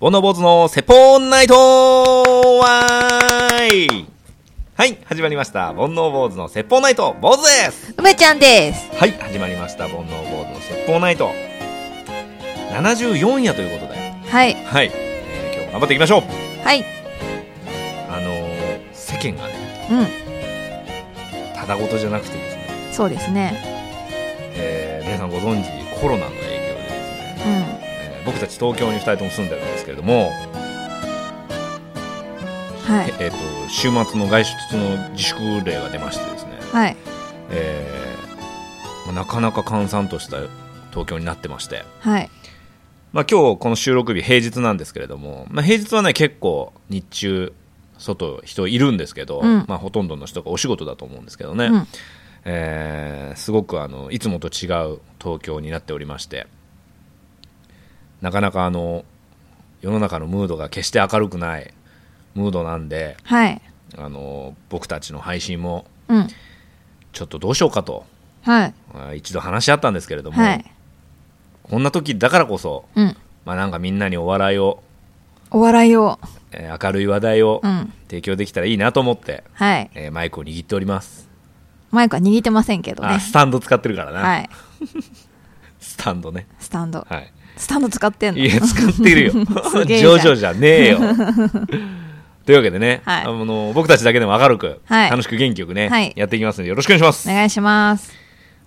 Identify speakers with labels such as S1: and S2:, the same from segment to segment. S1: 煩悩坊主のセポンナイトわーいはい、始まりました。煩悩坊主の説法ナイト、坊主です
S2: 梅ちゃんです。
S1: はい、始まりました。煩悩坊主の説法ナイト。74夜ということで、
S2: はい。
S1: はい、えー今日も頑張っていきましょう
S2: はい。
S1: あのー世間がね、
S2: う
S1: ただごとじゃなくてですね、
S2: ん。そうですね。
S1: えー皆さんご存知、コロナの影響でですね、
S2: うん。
S1: えー僕たち東京に2人とも住んでるんですけれども、
S2: はい。
S1: ええーと週末の外出の自粛令が出ましてですね、
S2: はい。
S1: えーまあなかなか閑散とした東京になってまして、
S2: はい。
S1: まあ、今日この収録日平日なんですけれども、まあ、平日はね結構日中外人いるんですけど、
S2: うん
S1: まあ、ほとんどの人がお仕事だと思うんですけどね、
S2: うん。
S1: えーすごくあのいつもと違う東京になっておりましてなかなかあの世の中のムードが決して明るくないムードなんで
S2: はい。
S1: あの僕たちの配信も
S2: うん。
S1: ちょっとどうしようかと
S2: はい。
S1: まあ一度話し合ったんですけれども、
S2: はい。
S1: こんな時だからこそ、
S2: うん。
S1: まあ、なんかみんなにお笑いを、
S2: お笑いを。
S1: えー明るい話題を
S2: うん
S1: 提供できたらいいなと思って、
S2: はい。
S1: えーマイクを握っております、
S2: マイクは握ってませんけどね
S1: あ。スタンド使ってるからな、
S2: はい。
S1: スタンドね
S2: スタンド。
S1: はい
S2: スタンド使ってんの
S1: いや、使ってるよ。
S2: すげえ
S1: ジ
S2: じゃ
S1: ョ
S2: ん
S1: ジョじゃね えよ。というわけでね、
S2: はい
S1: あの僕たちだけでも明るく、
S2: はい
S1: 楽しく元気よくね、
S2: はい
S1: やっていきますのでよろしくお願いします
S2: お。願いします。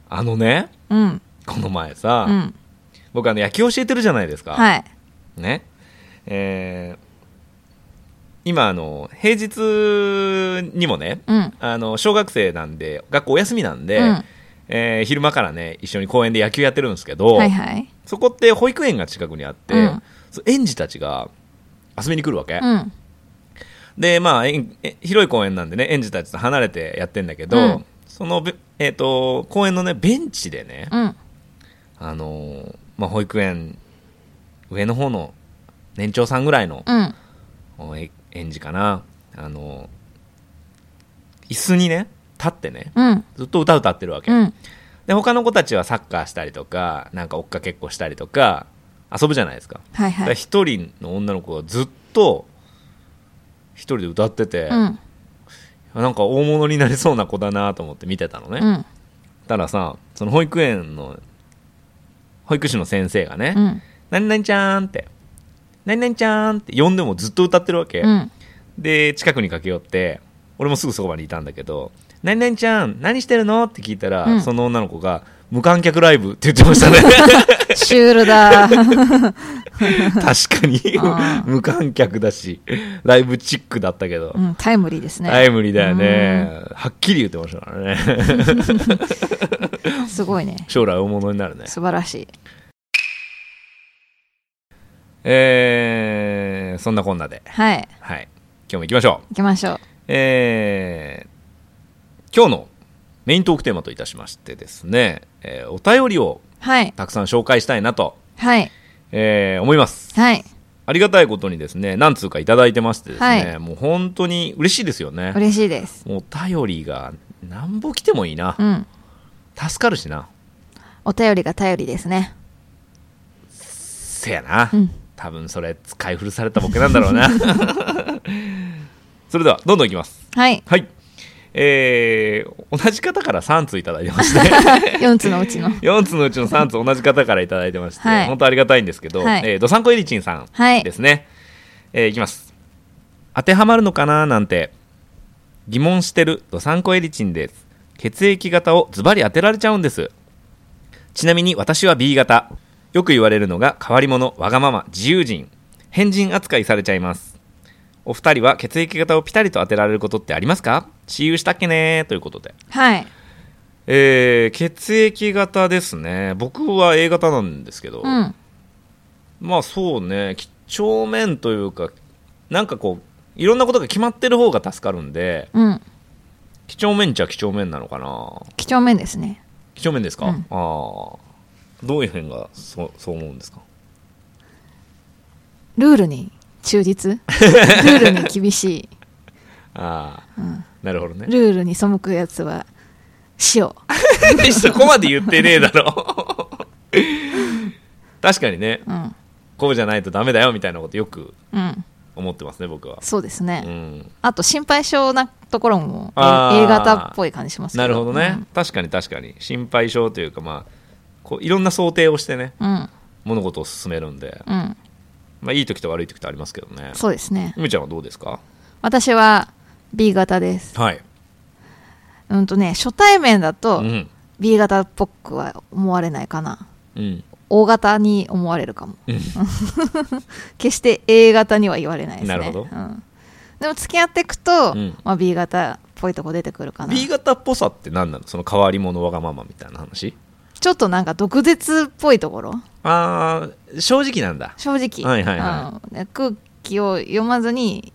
S1: あのね、
S2: うん。
S1: この前さ、
S2: うん。
S1: 僕あの野球教えてるじゃないですか。
S2: はい。
S1: ね。えー今あの平日にもね、
S2: うん。
S1: あの小学生なんで学校お休みなんで、
S2: うん
S1: えー昼間からね一緒に公園で野球やってるんですけど、
S2: はいはい。
S1: そこって保育園が近くにあって、
S2: うん
S1: そう園児たちが遊びに来るわけ、
S2: うん。
S1: でまあ園え広い公園なんでね園児たちと離れてやってんだけど、
S2: うん
S1: そのべ、えー、と公園のねベンチでね、
S2: うん。
S1: あのーまあ、保育園上の方の年長さんぐらいの
S2: うん。
S1: おえ園児かな、あのー椅子にね立ってね
S2: うん。
S1: ずっと歌歌ってるわけ、
S2: うん。
S1: で他の子たちはサッカーしたりとかなんか追っかけっこしたりとか遊ぶじゃないですか
S2: はい
S1: だか
S2: は
S1: ら
S2: い。
S1: 一人の女の子がずっと一人で歌ってて、
S2: うん。
S1: なんか大物になりそうな子だなと思って見てたのね、
S2: うん。
S1: たださその保育園の保育士の先生がね「
S2: うん。
S1: 何々ちゃん」って「何々ちゃん」って呼んでもずっと歌ってるわけ、
S2: うん。
S1: で近くに駆け寄って俺もすぐそこまでいたんだけど「何々ちゃん何してるの?」って聞いたら、
S2: うん
S1: その女の子が「無観客ライブ」って言ってましたね
S2: シュール だ。
S1: 確かに
S2: あ
S1: 無観客だしライブチックだったけど、
S2: うん。タイムリーですね。
S1: タイムリーだよねはっきり言ってましたからね
S2: すごいね。
S1: 将来大物になるね
S2: 素晴らしい。
S1: えー、そんなこんなで
S2: はい。
S1: はい今日も行きましょう
S2: 行きましょう。
S1: えー今日のメイントークテーマといたしましてですね、えーお便りを
S2: はい。
S1: たくさん紹介したいなと、
S2: はい。
S1: えー思います
S2: はい。
S1: ありがたいことにですね何通かいただいてましてですね、
S2: はい
S1: もう本当に嬉しいですよね
S2: 嬉しいです。
S1: もうお便りがなんぼ来てもいいな
S2: うん。
S1: 助かるしな
S2: お便りが頼りですね。
S1: せやな、
S2: うん
S1: 多分それ使い古されたボケなんだろうな それではどんどんいきます
S2: はい。
S1: はいえー同じ方から3通いただいてまして
S2: 4つのうち の。
S1: 4つのうちの3つ同じ方からいただいてまして、
S2: はい
S1: 本当ありがたいんですけど、
S2: はい
S1: えーどさんこえりちんさん
S2: はい
S1: ですね、えーいきます当てはまるのかななんて疑問してるどさんこえりちんです血液型をズバリ当てられちゃうんですちなみに私は B 型よく言われるのが変わり者わがまま自由人変人扱いされちゃいますお二人は血液型をピタリと当てられることってありますか私有したっけねということで
S2: はい。
S1: えー血液型ですね僕は A 型なんですけど、
S2: うん。
S1: まあそうね几帳面というかなんかこういろんなことが決まってる方が助かるんで
S2: うん。
S1: 几帳面っちゃ几帳面なのかな
S2: 几帳面ですね。
S1: 几帳面ですか、
S2: うん
S1: ああどういう辺がそうそう思うんですか
S2: ルールに忠実。ルールに厳しい。
S1: ああ
S2: うん。
S1: なるほどね
S2: ルールに背くやつは、塩。
S1: そこまで言ってねえだろ確かにね
S2: うん。
S1: こうじゃないとダメだよみたいなことよく
S2: うん。
S1: 思ってますね僕は、
S2: そうですね。
S1: うん、
S2: あと、心配性なところも、え
S1: あー
S2: A 型っぽい感じしますけ
S1: なるほどね、。確かに確かに心配性というかまあこういろんな想定をしてね
S2: うん。うん。
S1: 物事を進めるんで、
S2: うん
S1: まあ、いい時と悪い時とありますけどね
S2: そうですね。
S1: 梅ちゃんはどうですか
S2: 私は B 型です。
S1: はい、
S2: うんとね、初対面だ
S1: う
S2: と
S1: ん
S2: B 型っぽくは思われないかな。
S1: うん、
S2: O 型に思われるかも。
S1: うん
S2: 決して A 型には言われないです
S1: な
S2: ね。
S1: るほど
S2: うん、でも付き合っていくと、
S1: うん
S2: まあ、B 型っぽいとこ出てくるかな。
S1: B 型っぽさって何なのその変わり者わがままみたいな話
S2: ちょっとなんか毒舌っぽいところ
S1: あー正直なんだ
S2: 正直、
S1: はいはいは
S2: うん空気を読まずに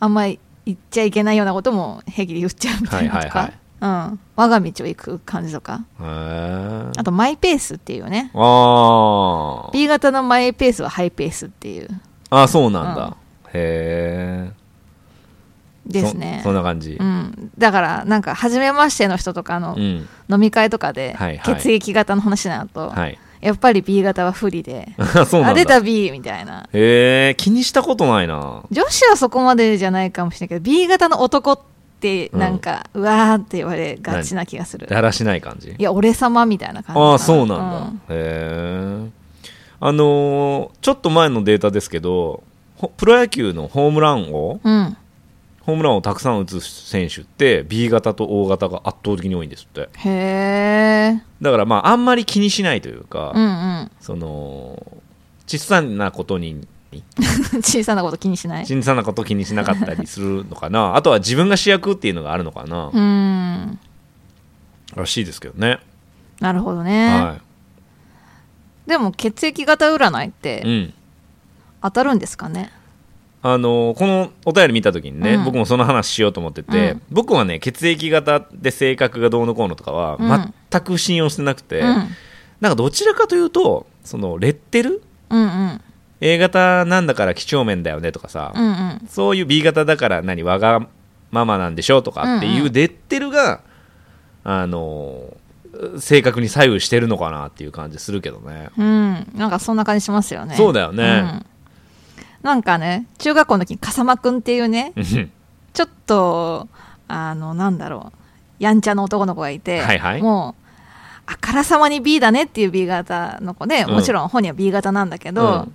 S2: あんまり言っちゃいけないようなことも平気で言っちゃうみたいなとか、
S1: はい
S2: うん、我が道を行く感じとか
S1: へー
S2: あとマイペースっていうね
S1: あー
S2: B 型のマイペースはハイペースっていう
S1: あそうなんだ、へえ
S2: ですね
S1: そそんな感じ
S2: うん、だからなんか初めましての人とかの
S1: うん、
S2: 飲み会とかで
S1: はいはい
S2: 血液型の話になると、
S1: はい
S2: やっぱり B 型は不利で
S1: そうなんだ
S2: あ出た B みたいな
S1: へえ気にしたことないな
S2: 女子はそこまでじゃないかもしれないけど B 型の男ってなんか、うわーって言われがちな気がする
S1: だらしない感じ
S2: いや俺様みたいな感じか
S1: ああそうなんだ、へえあのーちょっと前のデータですけどほプロ野球のホームランを
S2: うん、うん
S1: ホームランをたくさん打つ選手って B 型と O 型が圧倒的に多いんですって
S2: へえ
S1: だからまああんまり気にしないというか、
S2: うんうん
S1: その小さなことに
S2: 小さなこと気にしない
S1: 小さなこと気にしなかったりするのかなあとは自分が主役っていうのがあるのかな、
S2: うん
S1: らしいですけどね、
S2: なるほどね、
S1: は
S2: でも血液型占いっ
S1: い、う
S2: て
S1: ん
S2: 当たるんですかね
S1: あのこのお便り見た時にね、
S2: うん
S1: 僕もその話しようと思ってて、
S2: うん
S1: 僕はね血液型で性格がどうのこうのとかは
S2: うん
S1: 全く信用してなくて、
S2: うん、
S1: なんかどちらかというとそのレッテル
S2: うんうん
S1: A 型なんだから几帳面だよねとかさ、
S2: うんうん
S1: そういう B 型だから何わがままなんでしょうとかって
S2: うん
S1: いううレッテルが、あの性格に左右してるのかなっていう感じするけどね
S2: うん、なんかそんな感じしますよね
S1: そうだよね、
S2: うんなんかね中学校の時に笠間くんっていうねちょっと、あの、なんだろう、やんちゃの男の子がいて、
S1: はいはい
S2: もう、あからさまに B だねっていう B 型の子で、
S1: うん
S2: もちろん本人は B 型なんだけど、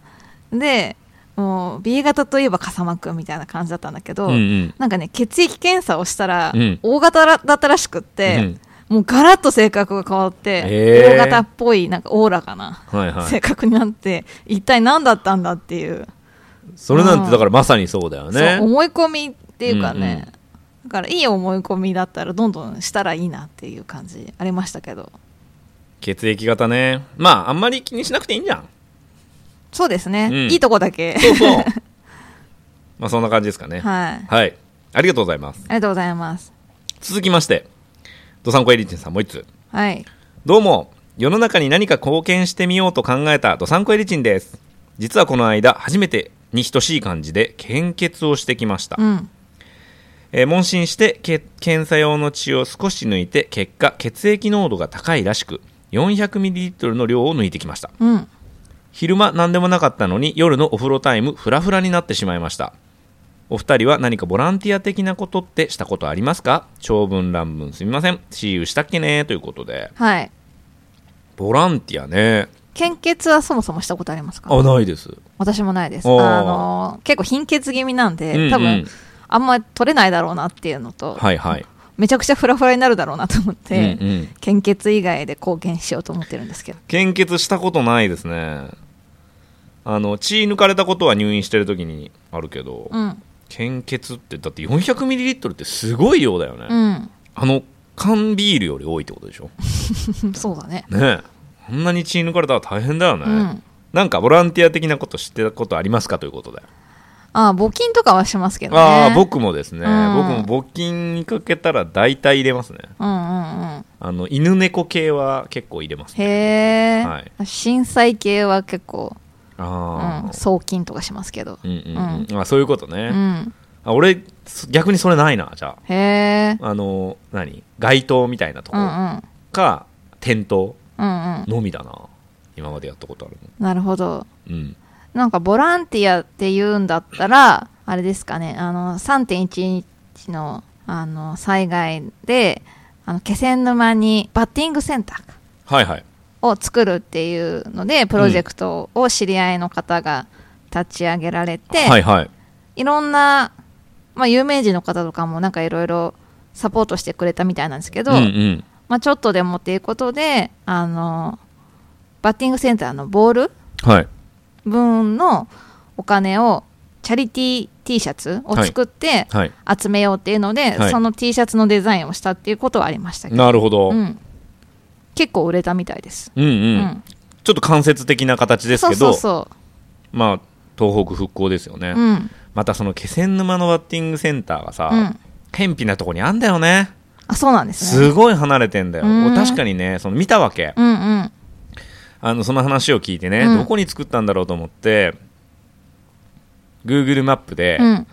S2: で、もう B 型といえば笠間くんみたいな感じだったんだけど、
S1: うんうん
S2: なんかね、血液検査をしたら、
S1: うん
S2: O 型だったらしくって、もうガラッと性格が変わって、
S1: へー
S2: O 型っぽい、なんかおおらかな、
S1: はいはい
S2: 性格になって、一体何だったんだっていう。
S1: それなんてだからまさにそうだよ
S2: そう
S1: ね
S2: 思い込みっていうかね、
S1: うん
S2: だからいい思い込みだったらどんどんしたらいいなっていう感じありましたけど
S1: 血液型ねまああんまり気にしなくていいんじゃん
S2: そうですね、
S1: うん
S2: いいとこだけ
S1: そうそう まあそんな感じですかねはい、
S2: はいあ
S1: ありがとうございます
S2: りがとうございます
S1: 続きましてドサンコエリチンさんもう一つ
S2: はい
S1: どうも世の中に何か貢献してみようと考えたドサンコエリチンです実はこの間初めてに等しい感じで献血をしてきました、
S2: うん
S1: えー問診してけ検査用の血を少し抜いて結果血液濃度が高いらしく 400ml の量を抜いてきました
S2: うん
S1: 昼間何でもなかったのに夜のお風呂タイムフラフラになってしまいましたお二人は何かボランティア的なことってしたことありますか長文乱文すみません See you したっけねということで
S2: はい
S1: ボランティアね
S2: 献血はそもそもしたことありますか
S1: あないです
S2: 私もないです
S1: おー
S2: あの結構貧血気味なんで、
S1: うんうん
S2: 多分あんま取れないだろうなっていうのと、
S1: はいはい、
S2: めちゃくちゃフラフラになるだろうなと思って、
S1: うんうん
S2: 献血以外で貢献しようと思ってるんですけど
S1: 献血したことないですねあの血抜かれたことは入院してる時にあるけど、
S2: うん
S1: 献血ってだって 400ml ってすごい量だよね、
S2: うん
S1: あの缶ビールより多いってことでしょ
S2: そうだね。
S1: ねえあんなに血抜かれたら大変だよね、
S2: うん。
S1: なんかボランティア的なこと知ってたことありますかということで、
S2: ああ、募金とかはしますけどね。
S1: ああ僕もですね、
S2: うん
S1: 僕も募金にかけたら大体入れますね
S2: うんうんうん。
S1: あの犬猫系は結構入れますね
S2: へえ、
S1: はい
S2: 震災系は結構、う
S1: あ
S2: ん、送金とかしますけど
S1: あ、。うんうんうんあそういうこと
S2: う
S1: ね、
S2: ん。
S1: あ俺そ逆にそれないなじゃ
S2: へえ。
S1: ああの何街灯みたいなとこ
S2: うんうん。
S1: か、店頭
S2: うんうん。
S1: のみだな今までやったことある
S2: なるほど。
S1: のうん
S2: なんかボランティアって言うんだったら、あれですかね、あの、3.11の、あの、災害で、あの、気仙沼にバッティングセンターか
S1: はいはい
S2: を作るっていうので、プロジェクトを知り合いの方が立ち上げられて、
S1: はいはい
S2: いろんな、まあ、有名人の方とかもなんかいろいろサポートしてくれたみたいなんですけど、
S1: うんうん
S2: まあ、ちょっとでもっていうことであのバッティングセンターのボール
S1: はい
S2: 分のお金をチャリティー T シャツを作って
S1: はい
S2: 集めようっていうので、
S1: はい
S2: その T シャツのデザインをしたっていうことはありましたけど、
S1: なるほど、う、
S2: うんん、結構売れたみたいです。
S1: うん
S2: う
S1: ちょっと間接的な形です
S2: そう
S1: けど
S2: そうそ
S1: まあ東北復興ですよね、
S2: う、うん
S1: またその気仙沼のバッティングセンターがさ、
S2: うん、
S1: 偏僻なとこにあんだよね
S2: あそうなんですね。
S1: すごい離れてんだよ、
S2: うん
S1: 確かにねその見たわけ、
S2: うんうん
S1: あのその話を聞いてね、
S2: うん
S1: どこに作ったんだろうと思って Google マップで、
S2: うん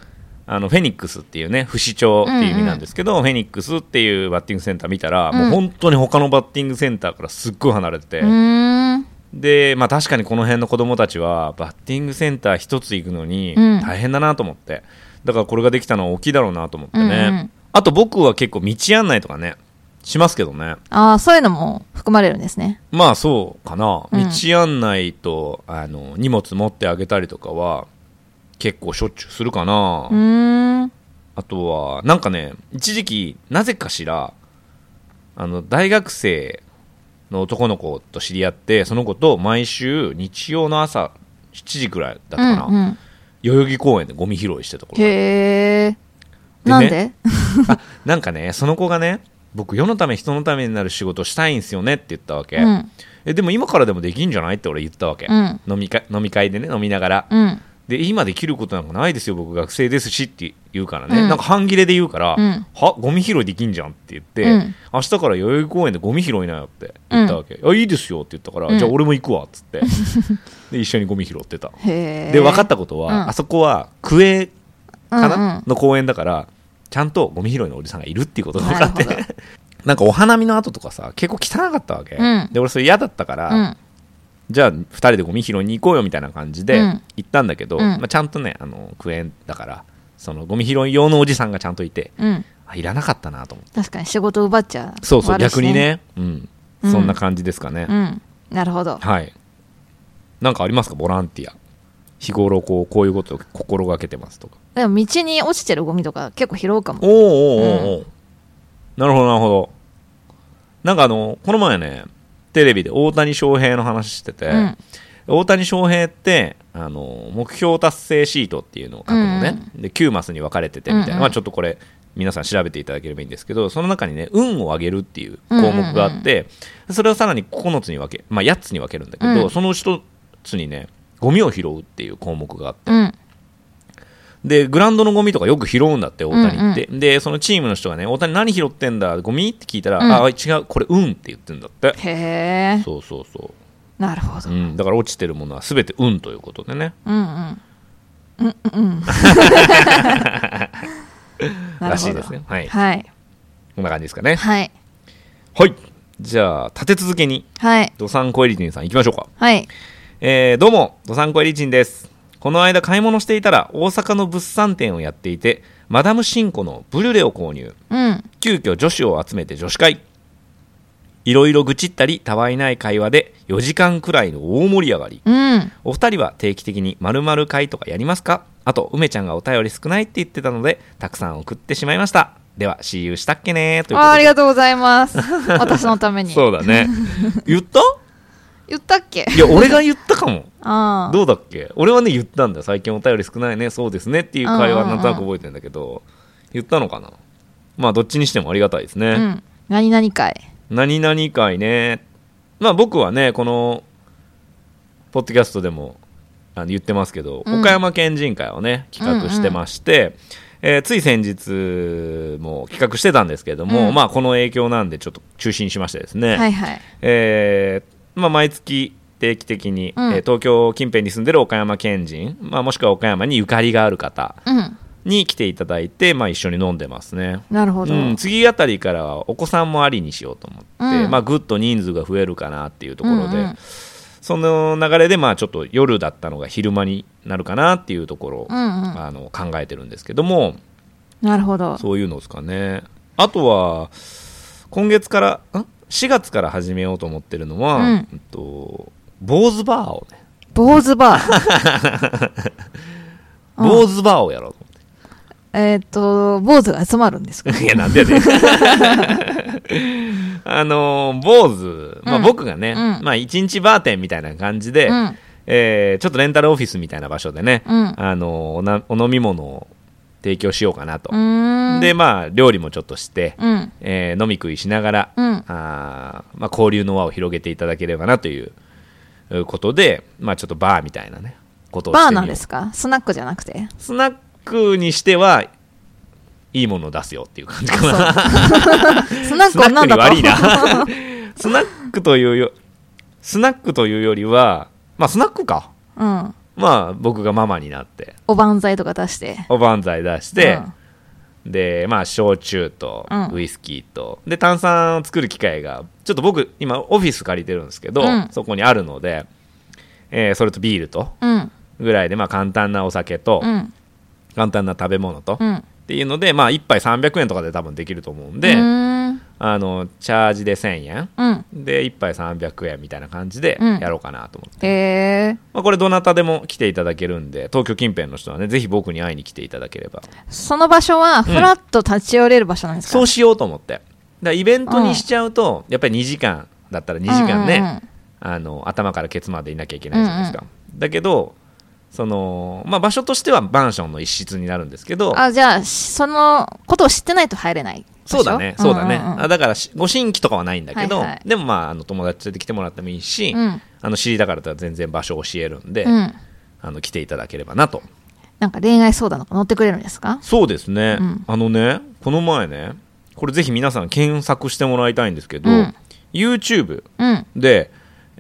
S1: あのフェニックスっていうね不死鳥っていう意味なんですけど、フェニックスっていうバッティングセンター見たら、もう本当に他のバッティングセンターからすっごい離れてて、
S2: うーん
S1: で、まあ、確かにこの辺の子供たちはバッティングセンター一つ行くのに
S2: うん
S1: 大変だなと思って、だからこれができたのは大きいだろうなと思ってね、
S2: うんうん
S1: あと僕は結構道案内とかねしますけどね
S2: ああそういうのも含まれるんですね。
S1: まあそうかな、
S2: うん
S1: 道案内とあの荷物持ってあげたりとかは結構しょっちゅうするかな、
S2: うーん
S1: あとはなんかね一時期なぜかしらあの大学生の男の子と知り合ってその子と毎週日曜の朝7時くらいだったかな、
S2: うんうん、
S1: 代々木公園でゴミ拾いしてた頃
S2: へえ。
S1: で
S2: なん
S1: ね
S2: で
S1: あなんかねその子がね僕世のため人のためになる仕事したいんすよねって言ったわけ、
S2: うん
S1: えでも今からでもできんじゃないって俺言ったわけ、
S2: うん
S1: 飲み会飲み会でね飲みながら、
S2: うん
S1: で今できることなんかないですよ僕学生ですしって言うからね、
S2: うん
S1: なんか半切れで言うから、
S2: うん
S1: はゴミ拾いできんじゃんって言って、
S2: うん
S1: 明日から代々木公園でゴミ拾いなよって言ったわけ、あいいですよって言ったから、
S2: うん
S1: じゃあ俺も行くわっつって で一緒にゴミ拾ってた、
S2: へえ。
S1: で分かったことは、
S2: うん
S1: あそこは区営かな、
S2: うんうん
S1: の公園だからちゃんとゴミ拾いのおじさんがいるっていうことが分かって
S2: なる
S1: なんかお花見の後とかさ結構汚かったわけ、
S2: うん
S1: で俺それ嫌だったから、
S2: うん
S1: じゃあ2人でゴミ拾いに行こうよみたいな感じで
S2: うん
S1: 行ったんだけど、
S2: うん
S1: まあ、ちゃんとねあのクエンだからそのゴミ拾い用のおじさんがちゃんといて
S2: うん。
S1: あいらなかったなと思って
S2: 確かに仕事奪っちゃう。
S1: そうそう、
S2: 悪いし
S1: 逆に。ね、うん、
S2: うん
S1: そんな感じですかね、
S2: うん。なるほど。
S1: はいなんかありますかボランティア日頃こうこういうことを心がけてますとか
S2: でも道に落ちてるゴミとか結構拾うかも。
S1: おーおーおーおーなるほどなるほどなんかあのこの前ねテレビで大谷翔平の話してて、
S2: うん。
S1: 大谷翔平ってあの目標達成シートっていうのを書くのね、で9マスに分かれててみたいな、
S2: うんうん
S1: まあ、ちょっとこれ皆さん調べていただければいいんですけどその中にね運を上げるっていう項目があって、それをさらに9つに分け、まあ、8つに分けるんだけど、
S2: うん
S1: その1つにねゴミを拾うっていう項目があって
S2: うん。
S1: でグラウンドのゴミとかよく拾うんだって大谷って、でそのチームの人がね大谷何拾ってんだゴミって聞いたら、
S2: うん
S1: ああ違うこれ運って言ってんだって
S2: へえ。
S1: そうそうそ
S2: なるほど
S1: う、う。ん、だから落ちてるものは全て運ということでね
S2: うんうん。うんうん うん。なる
S1: ら
S2: ほ
S1: しい
S2: ど
S1: です。ねはい
S2: はい。
S1: こんな感じですかね。
S2: はい。
S1: はい。じゃあ、立て続けに、
S2: はい。
S1: ドサンコエリチンさん行きましょうか。
S2: はい。
S1: えー、どうも、ドサンコエリチンです。この間買い物していたら、大阪の物産展をやっていて、マダムシンコのブリュレを購入。
S2: うん。
S1: 急遽女子を集めて女子会。いろいろ愚痴ったり、たわいない会話で、4時間くらいの大盛り上がり。
S2: うん。
S1: お二人は定期的に〇〇会とかやりますかあと、梅ちゃんがお便り少ないって言ってたので、たくさん送ってしまいました。では、see you したっけねということで。
S2: あありがとうござい ます。私のために。
S1: そうだ ね。言った
S2: 言ったっけ
S1: いや、俺が言ったかも。
S2: ああ。
S1: どうだっけ俺はね、言ったんだよ。最近お便り少ないね、そうですねっていう会話
S2: うんうん
S1: な
S2: うん
S1: んとなく覚えてんだけど、言ったのかなまあ、どっちにしてもありがたいです
S2: う
S1: ね。
S2: ん。何々会。
S1: 何々会ね。まあ、僕はね、この、ポッドキャストでもあの言ってますけど、
S2: うん
S1: 岡山県人会をね、企画してまして、えーつい先日も企画してたんですけれども、
S2: うん
S1: まあこの影響なんでちょっと中止にしましてですね、
S2: はいはい。
S1: えーまあ、毎月定期的に、
S2: うん
S1: えー東京近辺に住んでる岡山県人、まあ、もしくは岡山にゆかりがある方
S2: うん。
S1: に来ていただいて、まあ、一緒に飲んでますね。
S2: なるほど。
S1: うん、次あたりからはお子さんもありにしようと思って、
S2: うん
S1: まあ、ぐっと人数が増えるかなっていうところで、
S2: うんうん
S1: その流れでまあちょっと夜だったのが昼間になるかなっていうところを、
S2: うんうん。
S1: あの考えてるんですけども
S2: なるほど。
S1: そういうのですかねあとは今月からん4月から始めようと思ってるのは、
S2: うん
S1: えっと、坊主バーをね
S2: 坊主バー。うん
S1: 坊主バーをやろうと思って
S2: えっと、坊主が集まるんです か
S1: いや、なんでやねんあのー、坊主、まあ、
S2: うん
S1: 僕がね、
S2: うん
S1: まあ、一日バーテンみたいな感じで、
S2: うん。
S1: えーちょっとレンタルオフィスみたいな場所でね、
S2: うん
S1: あのーおな、お飲み物を提供しようかなと
S2: う。ーん。
S1: で、、まあ、料理もちょっとして、
S2: うん。
S1: えー飲み食いしながら、
S2: うん。
S1: あーまあ、交流の輪を広げていただければなといううことで、まあ、ちょっとバーみたいなね、ことをしてみ
S2: バ
S1: よ
S2: ー
S1: う
S2: なんですかスナックじゃなく て。
S1: スナックにしては、いいものを出すよっていう感じかな。
S2: スナ ッ
S1: ス
S2: クは
S1: ナッ
S2: 何
S1: クに
S2: だと
S1: 悪いな。 スナックというよ、スナックというよりは、まあスナックか。
S2: うん。
S1: まあ僕がママになって、
S2: おばんざいとか出して。
S1: おばんざい出して
S2: う、ん
S1: で、まあ焼酎と
S2: うん
S1: ウイスキーと、で炭酸を作る機械が、ちょっと僕今オフィス借りてるんですけど、
S2: うん
S1: そこにあるので、えーそれとビールと、
S2: うん。
S1: ぐらいでまあ簡単なお酒と、
S2: うん。
S1: 簡単な食べ物と、
S2: う
S1: っ
S2: ん。
S1: ていうので、まあ1杯300円とかで多分できると思うんで、
S2: うーん。
S1: あの、チャージで1000円。
S2: うん。
S1: で1杯300円みたいな感じで
S2: うん
S1: やろうかなと思って、
S2: え
S1: まあ、これどなたでも来ていただけるんで東京近辺の人はねぜひ僕に会いに来ていただければ
S2: ー、その場所は、ふらっと立ち寄れる場所なんですか、
S1: そうしようと思ってだからイベントにしちゃうと、やっぱり2時間だったら2時間ね、あの頭からケツまでいなきゃいけないじゃないですか、だけどその、まあ、場所としてはマンションの一室になるんですけ
S2: う
S1: ど
S2: んうんあ、じゃあ、しそのことを知ってないと入れない場所。
S1: そうだねそうだね、
S2: んんん
S1: あだからしご新規とかはないんだけど、
S2: はいはい
S1: でもまああの友達で来てもらってもいいし、
S2: うん
S1: あの知りたからったら全然場所を教えるんで、
S2: うん。
S1: あの来ていただければなと
S2: なんか恋愛相談とか乗ってくれるんですか
S1: そうですね、
S2: うん
S1: あのねこの前ねこれぜひ皆さん検索してもらいたいんですけど、
S2: うん
S1: YouTube
S2: うん。
S1: で、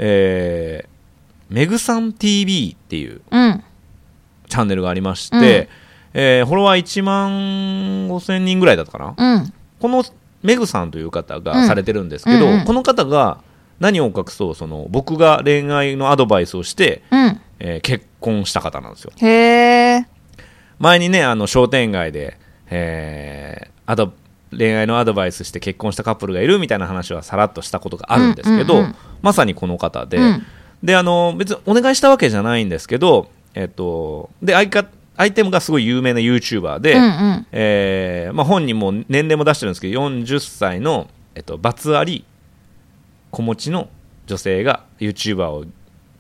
S1: えー、めぐさん TV っていう
S2: うん。
S1: チャンネルがありまして、えーフォロワー1万5千人ぐらいだったかな、
S2: うん。
S1: このめぐさんという方
S2: う
S1: が
S2: ん
S1: されてるんですけど、
S2: うんうん
S1: この方が何を隠そうその僕が恋愛のアドバイスをして、
S2: うん。
S1: えー結婚した方なんですよ
S2: へえ。
S1: 前にねあの商店街で、えーアド恋愛のアドバイスして結婚したカップルがいるみたいな話はさらっとしたことがあるんですけど、
S2: うんうんうん
S1: まさにこの方で、
S2: うん
S1: であの別にお願いしたわけじゃないんですけど、えっと、で相方相手がすごい有名な YouTuber で、
S2: うんうん。
S1: えーまあ、本人も年齢も出してるんですけど40歳の、えっと、バツあり子持ちの女性が YouTuber を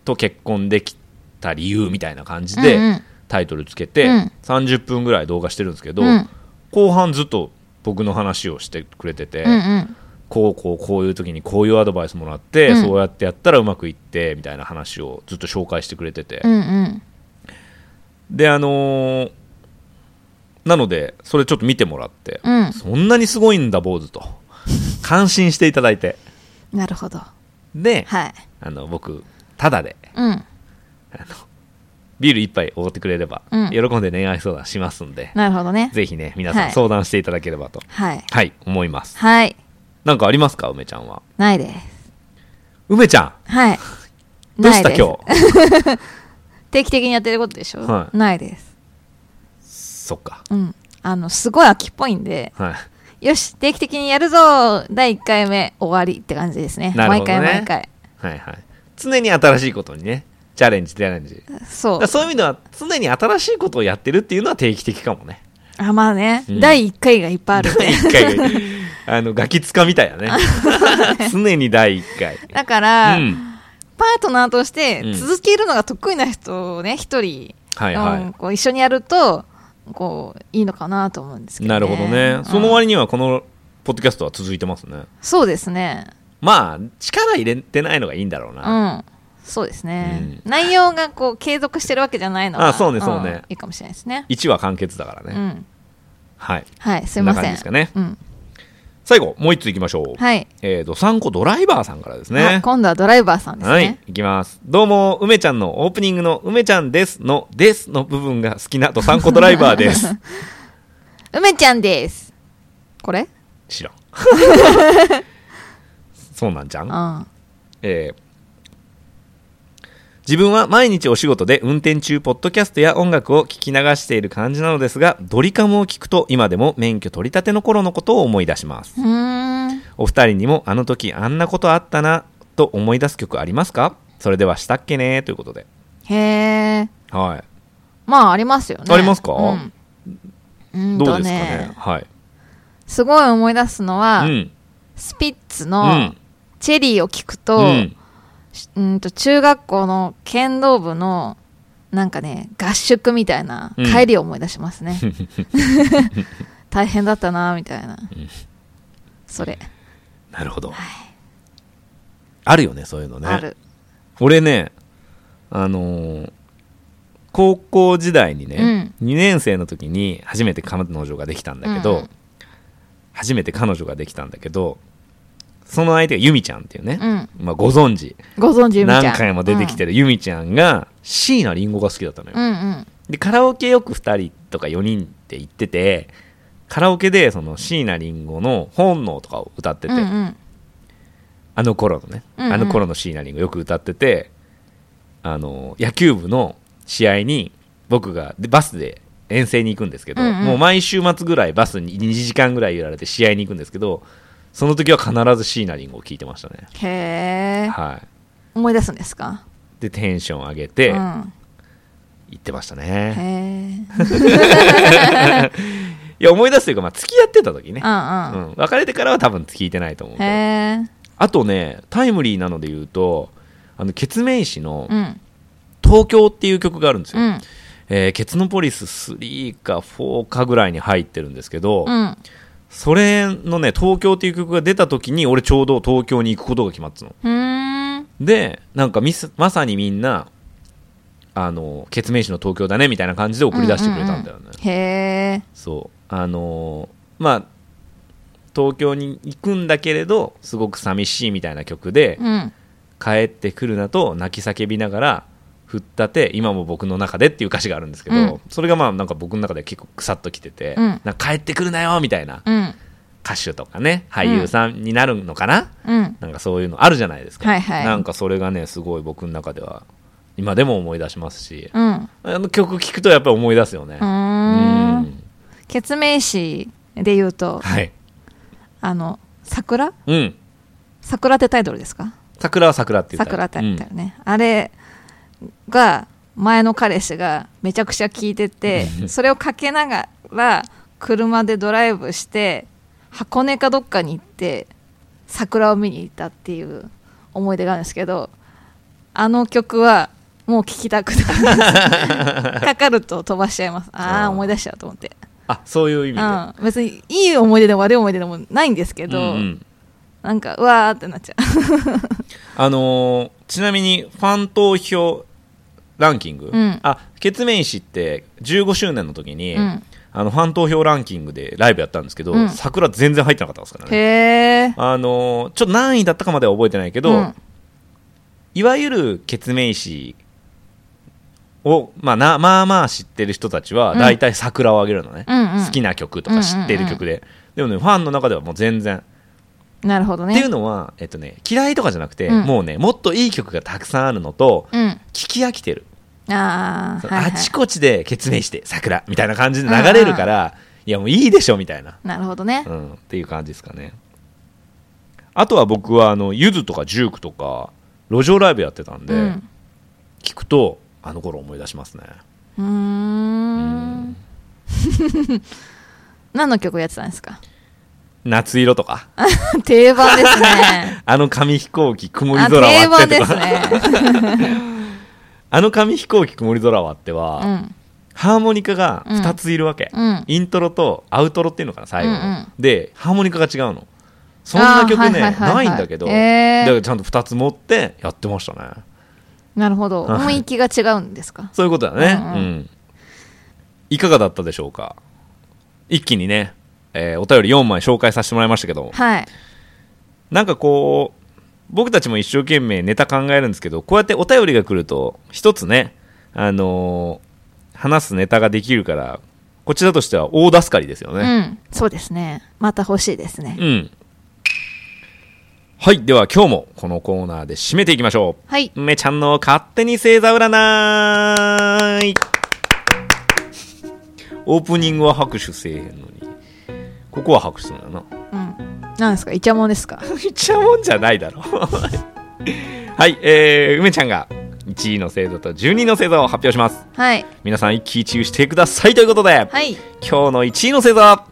S1: と結婚できた理由みたいな感じで、
S2: うんうん
S1: タイトルつけて、
S2: うん
S1: 30分ぐらい動画してるんですけど、
S2: うん
S1: 後半ずっと僕の話をしてくれてて、
S2: うんうん。
S1: こうこうこういう時にこういうアドバイスもらって、
S2: うん
S1: そうやってやったらうまくいってみたいな話をずっと紹介してくれてて
S2: う、んうん。
S1: であのーなのでそれちょっと見てもらって、
S2: うん
S1: そんなにすごいんだ坊主と感心していただいて
S2: なるほど。
S1: で、
S2: はい。
S1: あの僕ただで
S2: うん。
S1: ビール一杯おごってくれれば、
S2: うん
S1: 喜んで恋愛相談しますんで、
S2: なるほどね。
S1: ぜひね皆さ
S2: は
S1: ん
S2: い
S1: 相談していただければと、
S2: はい。
S1: はい、思います。
S2: はい。
S1: なんかありますか梅ちゃんは。
S2: ないです。
S1: 梅ちゃ
S2: はい。
S1: ん どうした
S2: ないです
S1: 今日
S2: 定期的にやってることでしょ、
S1: はい
S2: ないです。
S1: そっか。
S2: うん。あの、すごい秋っぽいんで、
S1: はい。
S2: よし、定期的にやるぞ第1回目終わりって感じですね。
S1: なるほ
S2: 毎
S1: どね
S2: 回毎回。
S1: はいはい。常に新しいことにね、チャレンジ、チャレンジ。だか
S2: そう
S1: ら。そういう意味では、常に新しいことをやってるっていうのは定期的かもね。
S2: あ、まあね、
S1: うん
S2: 第1回がいっぱいあるん で。
S1: 一回、あの、ガキつかみたいだね。常に第一回。
S2: だから、
S1: うん。
S2: パートナーとして
S1: うん
S2: 続けるのが得意な人をね、一人、
S1: はいはい
S2: うんこう一緒にやると、こう、いいのかなと思うんですけど、
S1: なるほどね。その
S2: うん
S1: 割には、この、ポッドキャストは続いてますね。
S2: そうですね。
S1: まあ、力入れてないのがいいんだろう
S2: う
S1: な。
S2: ん。そうですね。
S1: う
S2: 内容がこう、継続してるわけじゃないのは。
S1: あそうねそうね
S2: んいいかもしれないですね。
S1: 1話完結だから
S2: う
S1: ね。
S2: ん。
S1: はい。
S2: はい、すい
S1: こ
S2: ません。
S1: んな感じですかね
S2: うん。
S1: 最後、もう一ついきましょう。
S2: はい。
S1: えー、どさんこドライバーさんからです
S2: あ
S1: ね。
S2: 今度はドライバーさんですね。
S1: はい、いきます。どうも、梅ちゃんのオープニングの梅ちゃんですのですの部分が好きなドサンコドライバー です。
S2: 梅ちゃんです。これ
S1: 知らん。 そうなんじゃ。
S2: うんん。
S1: えー自分は毎日お仕事で運転中ポッドキャストや音楽を聞き流している感じなのですがドリカムを聞くと今でも免許取り立ての頃のことを思い出します
S2: うーん。
S1: お二人にもあの時あんなことあったなと思い出す曲ありますかそれではしたっけねということで
S2: へえ。
S1: はい
S2: まあ、ありますよね。
S1: ありますか
S2: うん。うん
S1: どう
S2: と
S1: ですかね
S2: ね。
S1: はい
S2: すごい思い出すのは、
S1: うん
S2: スピッツ
S1: う
S2: の
S1: ん
S2: チェリーを聞くと、
S1: うん
S2: うんと中学校の剣道部のなんかね合宿みたいな
S1: うん
S2: 帰りを思い出しま すね、大変だったなみたいな、それ、
S1: なるほどあるよねそういうのね
S2: ある
S1: 俺ねあのー高校時代にね、2年生の時に初めて彼女ができたんだけど、
S2: うんうん
S1: 初めて彼女ができたんだけどその相手がユミちゃんっていうね、
S2: うん
S1: まあ、ご存知
S2: ご存知ゆみちゃん
S1: 何回も出てきてるユミちゃんが椎名林檎が好きだったのよ、
S2: うんうん
S1: でカラオケよく2人とか4人で行っててカラオケでその椎名林檎の「本能」とかを歌って
S2: う
S1: て、
S2: んうん
S1: あの頃のね、
S2: うんうん
S1: あの頃の椎名林檎よく歌ってて、あの、野球部の試合に僕がでバスで遠征に行くんですけど、
S2: うんうん
S1: もう毎週末ぐらいバスに2時間ぐらい揺られて試合に行くんですけど、その時は必ず椎名林檎を聴いてましたね。
S2: へえ
S1: はい。
S2: 思い出すんですか、
S1: で、テンション上げて
S2: う
S1: 行
S2: ん、
S1: ってましたね。
S2: へえ
S1: いや、思い出すというか、まあ、付き合ってた時ね。
S2: うん
S1: う
S2: うん
S1: ん。別れてからは多分聞いてないと思うけど。
S2: へえ
S1: あとね、タイムリーなので言うと、あの、ケツメイシの
S2: うん
S1: 東京っていう曲があるんですよ。
S2: うん
S1: えーケツノポリス3か4かぐらいに入ってるんですけど、
S2: うん
S1: それのね、東京っていう曲が出た時に、俺ちょうど東京に行くことが決まってたの。
S2: うーん
S1: で、なんかミス、まさにみんな、あの、ケツメイシの東京だね、みたいな感じで送り出してくれたんだよね。
S2: うううんへえ
S1: そう。あのーまあ、東京に行くんだけれど、すごく寂しいみたいな曲で、
S2: うん
S1: 帰ってくるなと泣き叫びながら振ったて今も僕の中でっていう歌詞があるんですけど、
S2: うん
S1: それがまあなんか僕の中で結構くさっときてて、
S2: うん
S1: なんか帰ってくるなよみたいな
S2: うん
S1: 歌手とかね俳優さんになるのかな、
S2: うん
S1: なんかそういうのあるじゃないですか、
S2: はいはい
S1: なんかそれがねすごい僕の中では今でも思い出しますし、
S2: うんう
S1: あの曲聴くとやっぱり思い出すよね
S2: ー
S1: うん
S2: 決名詞で言うと、
S1: はい
S2: あの、桜
S1: うん
S2: 桜ってタイトルですか
S1: 桜は桜っていう歌
S2: 桜ってタイトルね。あれが、前の彼氏がめちゃくちゃ聞い てて、それをかけながら、車でドライブして、箱根かどっかに行って、桜を見に行ったっていう思い出があるんですけど、あの曲は、もう聴きたく ない。かかると飛ばしちゃいます。あ
S1: あー
S2: あ、思い出しちゃうと思って。
S1: あそういう意味で、
S2: うん、別にいい思い出でも悪い思い出でもないんですけど、
S1: うんうん
S2: なんかうわーってなっちゃ
S1: あのーちなみにファン投票ランキング、
S2: うん
S1: あ決面石って15周年の時に、
S2: うん
S1: あのファン投票ランキングでライブやったんですけど、
S2: うん
S1: 桜全然入ってなかったんですから
S2: う
S1: ね、
S2: へえ
S1: あのーちょっと何位だったかまでは覚えてないけど、
S2: うん
S1: いわゆる決面石を、まあ、なまあまあ知ってる人たちは
S2: うん
S1: 大体桜をあげるのね、
S2: うんうん
S1: 好きな曲とか知ってる曲で、でもねファンの中ではもう全然
S2: なるほどね
S1: っていうのは、えっとね、嫌いとかじゃなくて、
S2: うん
S1: もうねもっといい曲がたくさんあるのと、聞き飽きてる、
S2: うんああ、はいは
S1: あ
S2: い
S1: ちこちで決めして桜みたいな感じで流れるから、いやもういいでしょみたいな、
S2: なるほどね
S1: うん、っていう感じですかねあとは僕はあのゆずとかジュークとか路上ライブやってたんで、
S2: うん
S1: 聞くとあの頃思い出しますね
S2: うーん 何の曲やってたんですか
S1: 夏色とか
S2: 定番で すね
S1: あの紙飛行機曇り
S2: あ
S1: 空割
S2: 定番
S1: って
S2: で
S1: と
S2: す
S1: か、
S2: ね
S1: あの紙飛行機曇り空割っては、
S2: うん
S1: ハーモニカが2ついるわけ、
S2: うん
S1: イントロとアウトロっていうのかな最後の、
S2: うんうん
S1: でハーモニカが違うのそんな曲
S2: あー
S1: ね
S2: はいはいはい
S1: な
S2: はい
S1: いんだけど、
S2: へー
S1: だからちゃんと2つ持ってやってましたね
S2: なるほど
S1: はい
S2: 音域が違うんですか
S1: そういうことだねうん
S2: う
S1: ん、
S2: うん
S1: いかがだったでしょうか一気にね、えーお便り4枚紹介させてもらいましたけど
S2: はい
S1: なんかこう僕たちも一生懸命ネタ考えるんですけどこうやってお便りが来ると一つねあのー話すネタができるからこちらとしては大助かりですよね、
S2: うんそうですねまた欲しいですね
S1: うん。はいでは今日もこのコーナーで締めていきましょ
S2: はい。
S1: う梅ちゃんの勝手に星座占いオープニングは拍手せえへんのにこ こは拍手なんだな
S2: うん。なんですかイチャモンですか
S1: 言っちゃうもんじゃないだろはいえー、梅ちゃんが1位の星座と12位の星座を発表します
S2: はい。
S1: 皆さん一喜一憂してくださいということで、
S2: はい。
S1: 今日の1位の星座は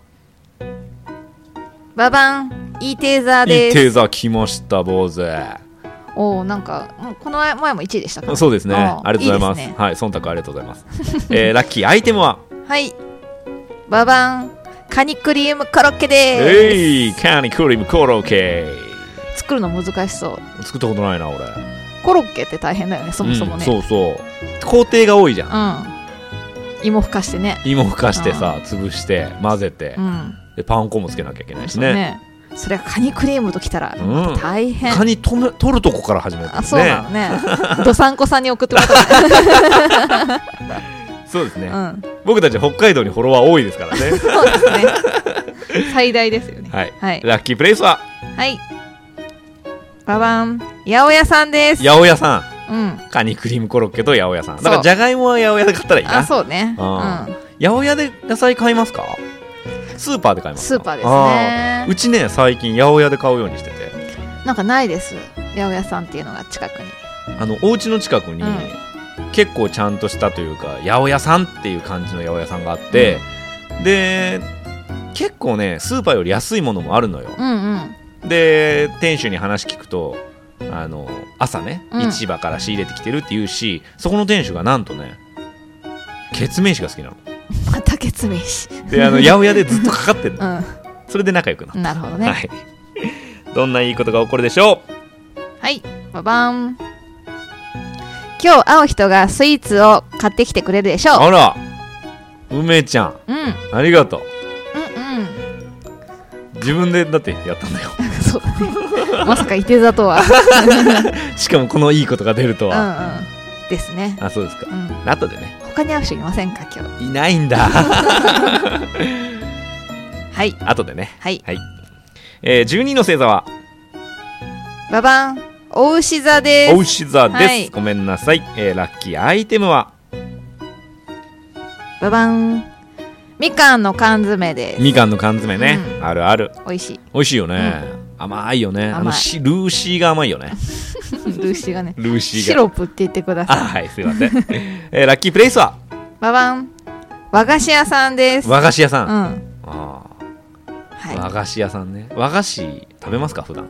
S2: ババン、イーテーザー
S1: いい
S2: です。
S1: 星座来ました坊主
S2: おおなんか、もうこの前も1位でしたか
S1: そうですね
S2: あー
S1: ありがとうございます
S2: いいです
S1: はい忖度ありがとうございます えー、ラッキーアイテムは
S2: はい。ババン、カニクリームコロッケです。
S1: えいカニクリームコロッケ
S2: 作るの難しそう。
S1: 作ったことないな俺
S2: コロッケって大変だよね、そもそも
S1: うん
S2: ね。
S1: そうそう工程が多いじゃん
S2: うん。芋ふかしてね。
S1: 芋ふかしてさ潰して混ぜて
S2: うん。
S1: でパン粉もつけなきゃいけないし
S2: そう
S1: ね
S2: ね。それはカニクリームときたら
S1: うん
S2: 大変。
S1: カニとめ取るとこから始めてる
S2: あ、そうなの ね。どさんこさんに送ってもらったね。
S1: そうですね、
S2: うん。
S1: 僕たち北海道にフォロワー多いですからね
S2: そうですね。最大ですよね。
S1: はい
S2: はい。
S1: ラッキープレイスは
S2: はい。ババン、八百屋さんです。
S1: 八百屋さん
S2: うん。
S1: カニクリームコロッケと八百屋さんだか
S2: そ
S1: ら
S2: う
S1: じゃがいもは八百屋で買ったらいいな
S2: あ、そうね。うん。
S1: あ八百屋で野菜買いますかスーパーで買います
S2: ス
S1: か
S2: ーパーです
S1: あー
S2: ね。
S1: うちね最近八百屋で買うようにしてて
S2: なんかないです。八百屋さんっていうのが近くに。
S1: あのお家の近くに、
S2: うん
S1: 結構ちゃんとしたというか八百屋さんっていう感じの八百屋さんがあって、で結構ねスーパーより安いものもあるのよ
S2: うんうん。
S1: で店主に話聞くとあの朝ね、
S2: うん
S1: 市場から仕入れてきてるって言うしそこの店主がなんとねケツメイシが好きなの
S2: また月飯。
S1: であの八百屋でずっとかかってん
S2: う
S1: の
S2: ん。
S1: それで仲良くなった
S2: なるほどね。
S1: は。
S2: はい
S1: どんないいことが起こるでしょ
S2: い。ババン。今日会う人がスイーツを買ってきてくれるでし
S1: う。
S2: ょ
S1: あら、梅ちゃん、
S2: う。うん。うん
S1: ありがとう。
S2: うん。
S1: 自分でだってやったんだよ。
S2: そうだね。まさかいて座とは。
S1: しかもこのいいことが出ると
S2: う
S1: は。
S2: んうん。ですね。
S1: あ、そうですか
S2: う。ん。
S1: 後でね。
S2: 他に会う人いませんか今日。
S1: いないん だ。
S2: はい。
S1: 後でね。
S2: はい。
S1: えー、12の星座は、
S2: ババン。お牛座で
S1: お
S2: す。
S1: うし座です、
S2: はい
S1: ごめんなさい。えー、ラッキーアイテムは、
S2: ババン。みかんの缶詰です。
S1: みかんの缶詰ね。
S2: う
S1: あるある。
S2: 美味 しい。
S1: 美味しいよね。甘いよね。あ
S2: 甘
S1: の
S2: い
S1: し、ルーシーが甘いよね。
S2: ルーシーがね。
S1: ルーシ
S2: シ
S1: ーが。
S2: ロップって言ってくだ
S1: あ、
S2: さ
S1: は
S2: い。
S1: い、すいません。 えー、ラッキープレイスは、
S2: ババン。和菓子屋さんです。
S1: 和菓子屋さ。
S2: うん
S1: あ
S2: ん。
S1: あ。和
S2: は
S1: 菓子屋さんね和菓子食べますか普段
S2: い。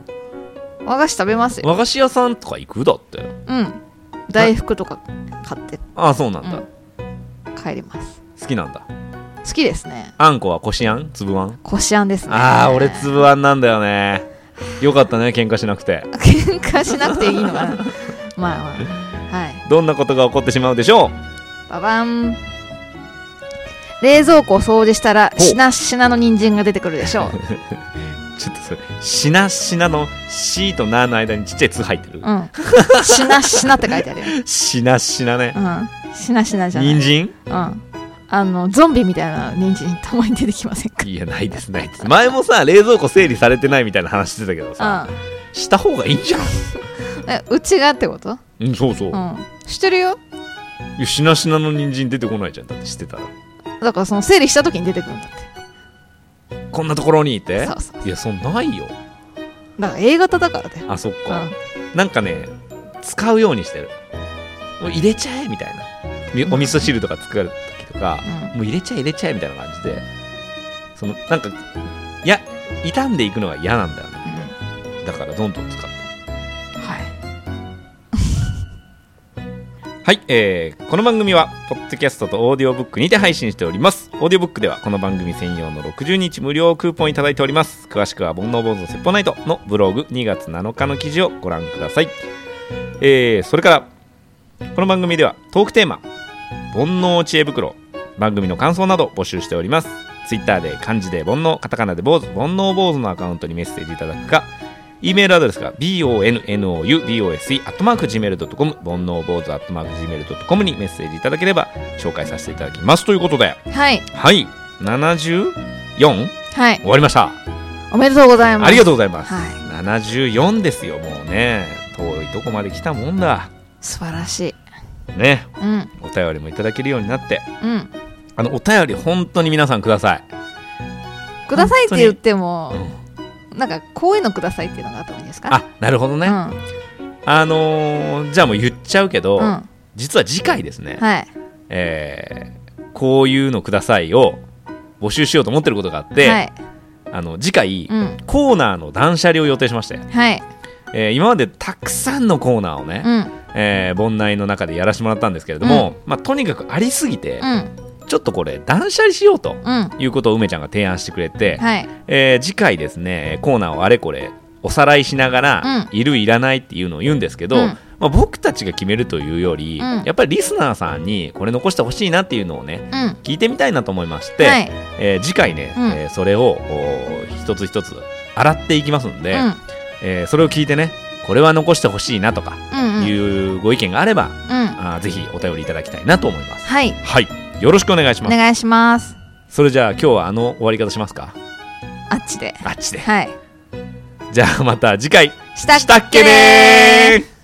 S2: 和菓子食べますよ。
S1: 和菓子屋さんとか行くだって
S2: うん。大福とか買って
S1: ああそうなんだ、
S2: うん帰ります。
S1: 好きなんだ
S2: 好きですね。
S1: あんこはこしあんつぶあん
S2: こしあんですね。
S1: ああ俺つぶあんなんだよねよかったね喧嘩しなくて
S2: 喧嘩しなくていい のかなまあまあはい
S1: どんなことが起こってしまうでしょう
S2: ババン冷蔵庫を掃除したら
S1: ほう
S2: しなしなの人参が出てくるでしょ
S1: ちょっとそれしなしなの「し」と「な」の間にちっちゃい「つ」入ってる
S2: う、 うん、しなしなって書いてあるよ、
S1: しなしなね
S2: うん、しなしなじゃない
S1: 人参
S2: うん、あのゾンビみたいな人参たまに出てきませんか
S1: いやないですないです前もさ冷蔵庫整理されてないみたいな話してたけどさ、した方がいいんじゃん、
S2: うん、えうちがってこと
S1: うん、そうそう、
S2: うんしてるよ
S1: いやしなしなの人参出てこないじゃんだってしてたら
S2: だからその整理した時に出てくるんだって
S1: こんなところにいて
S2: そうそう
S1: いやそんないよ
S2: だから A 型だからだよ、
S1: あそっ
S2: う
S1: か、
S2: ん、
S1: なんかね使うようにしてるもう入れちゃえみたいなみお味噌汁とか作る時とか、もう入れちゃえ入れちゃえみたいな感じでそのなんかいや傷んでいくのが嫌なんだよね
S2: うん
S1: だからどんどん使って
S2: はい
S1: はい、えーこの番組はポッドキャストとオーディオブックにて配信しておりますオーディオブックではこの番組専用の60日無料クーポンいただいております詳しくは煩悩坊主の説法ナイトのブログ2月7日の記事をご覧くださいえーそれからこの番組ではトークテーマ「煩悩知恵袋」番組の感想など募集しておりますツイッターで漢字で煩悩カタカナで坊主煩悩坊主のアカウントにメッセージいただくか E メールアドレスが bonoubose.gmail.com 煩悩坊主 .gmail.com にメッセージいただければ紹介させていただきますということで
S2: はい、
S1: はい74終
S2: はい、
S1: わりました
S2: おめでとうございます
S1: ありがとうございます
S2: はい
S1: 74ですよもうね遠いとこまで来たもんだ
S2: 素晴らしい
S1: ね
S2: うん
S1: お便りもいただけるようになって
S2: うん
S1: あのお便り本当に皆さんください、
S2: くださいって言って
S1: う
S2: も
S1: ん
S2: なんかこういうのくださいっていうのがあった方がいいですか
S1: あなるほどね、
S2: うん
S1: あのーじゃあもう言っちゃうけど、
S2: うん
S1: 実は次回ですね、
S2: はい
S1: えーこういうのくださいを募集しようと思ってることがあって、
S2: はい
S1: あの次回、
S2: うん
S1: コーナーの断捨離を予定しまして、
S2: はい
S1: えー今までたくさんのコーナーをね、
S2: うん
S1: えー盆内の中でやらせてもらったんですけれども、まあ、とにかくありすぎて、
S2: うん
S1: ちょっとこれ断捨離しようと
S2: うん
S1: いうことを梅ちゃんが提案してくれて、
S2: はい
S1: えー次回ですねコーナーをあれこれおさらいしながら、いるいらないっていうのを言うんですけど、
S2: うん
S1: まあ、僕たちが決めるというより、
S2: うん
S1: やっぱりリスナーさんにこれ残してほしいなっていうのをね
S2: うん
S1: 聞いてみたいなと思いまして、
S2: はい
S1: えー次回ね、
S2: うん
S1: えーそれをおー一つ一つ洗っていきますんで、
S2: うん
S1: えーそれを聞いてねこれは残してほしいなとか
S2: うんうん
S1: いうご意見があれば、
S2: うん
S1: あーぜひお便りいただきたいなと思います。
S2: はい
S1: はい、よろしくお願いし
S2: お
S1: ます。
S2: 願いします
S1: それじゃあ今日はあの終わり方しますか。
S2: あっちで
S1: あっちで。
S2: はい
S1: じゃあまた次回
S2: した
S1: したっけねー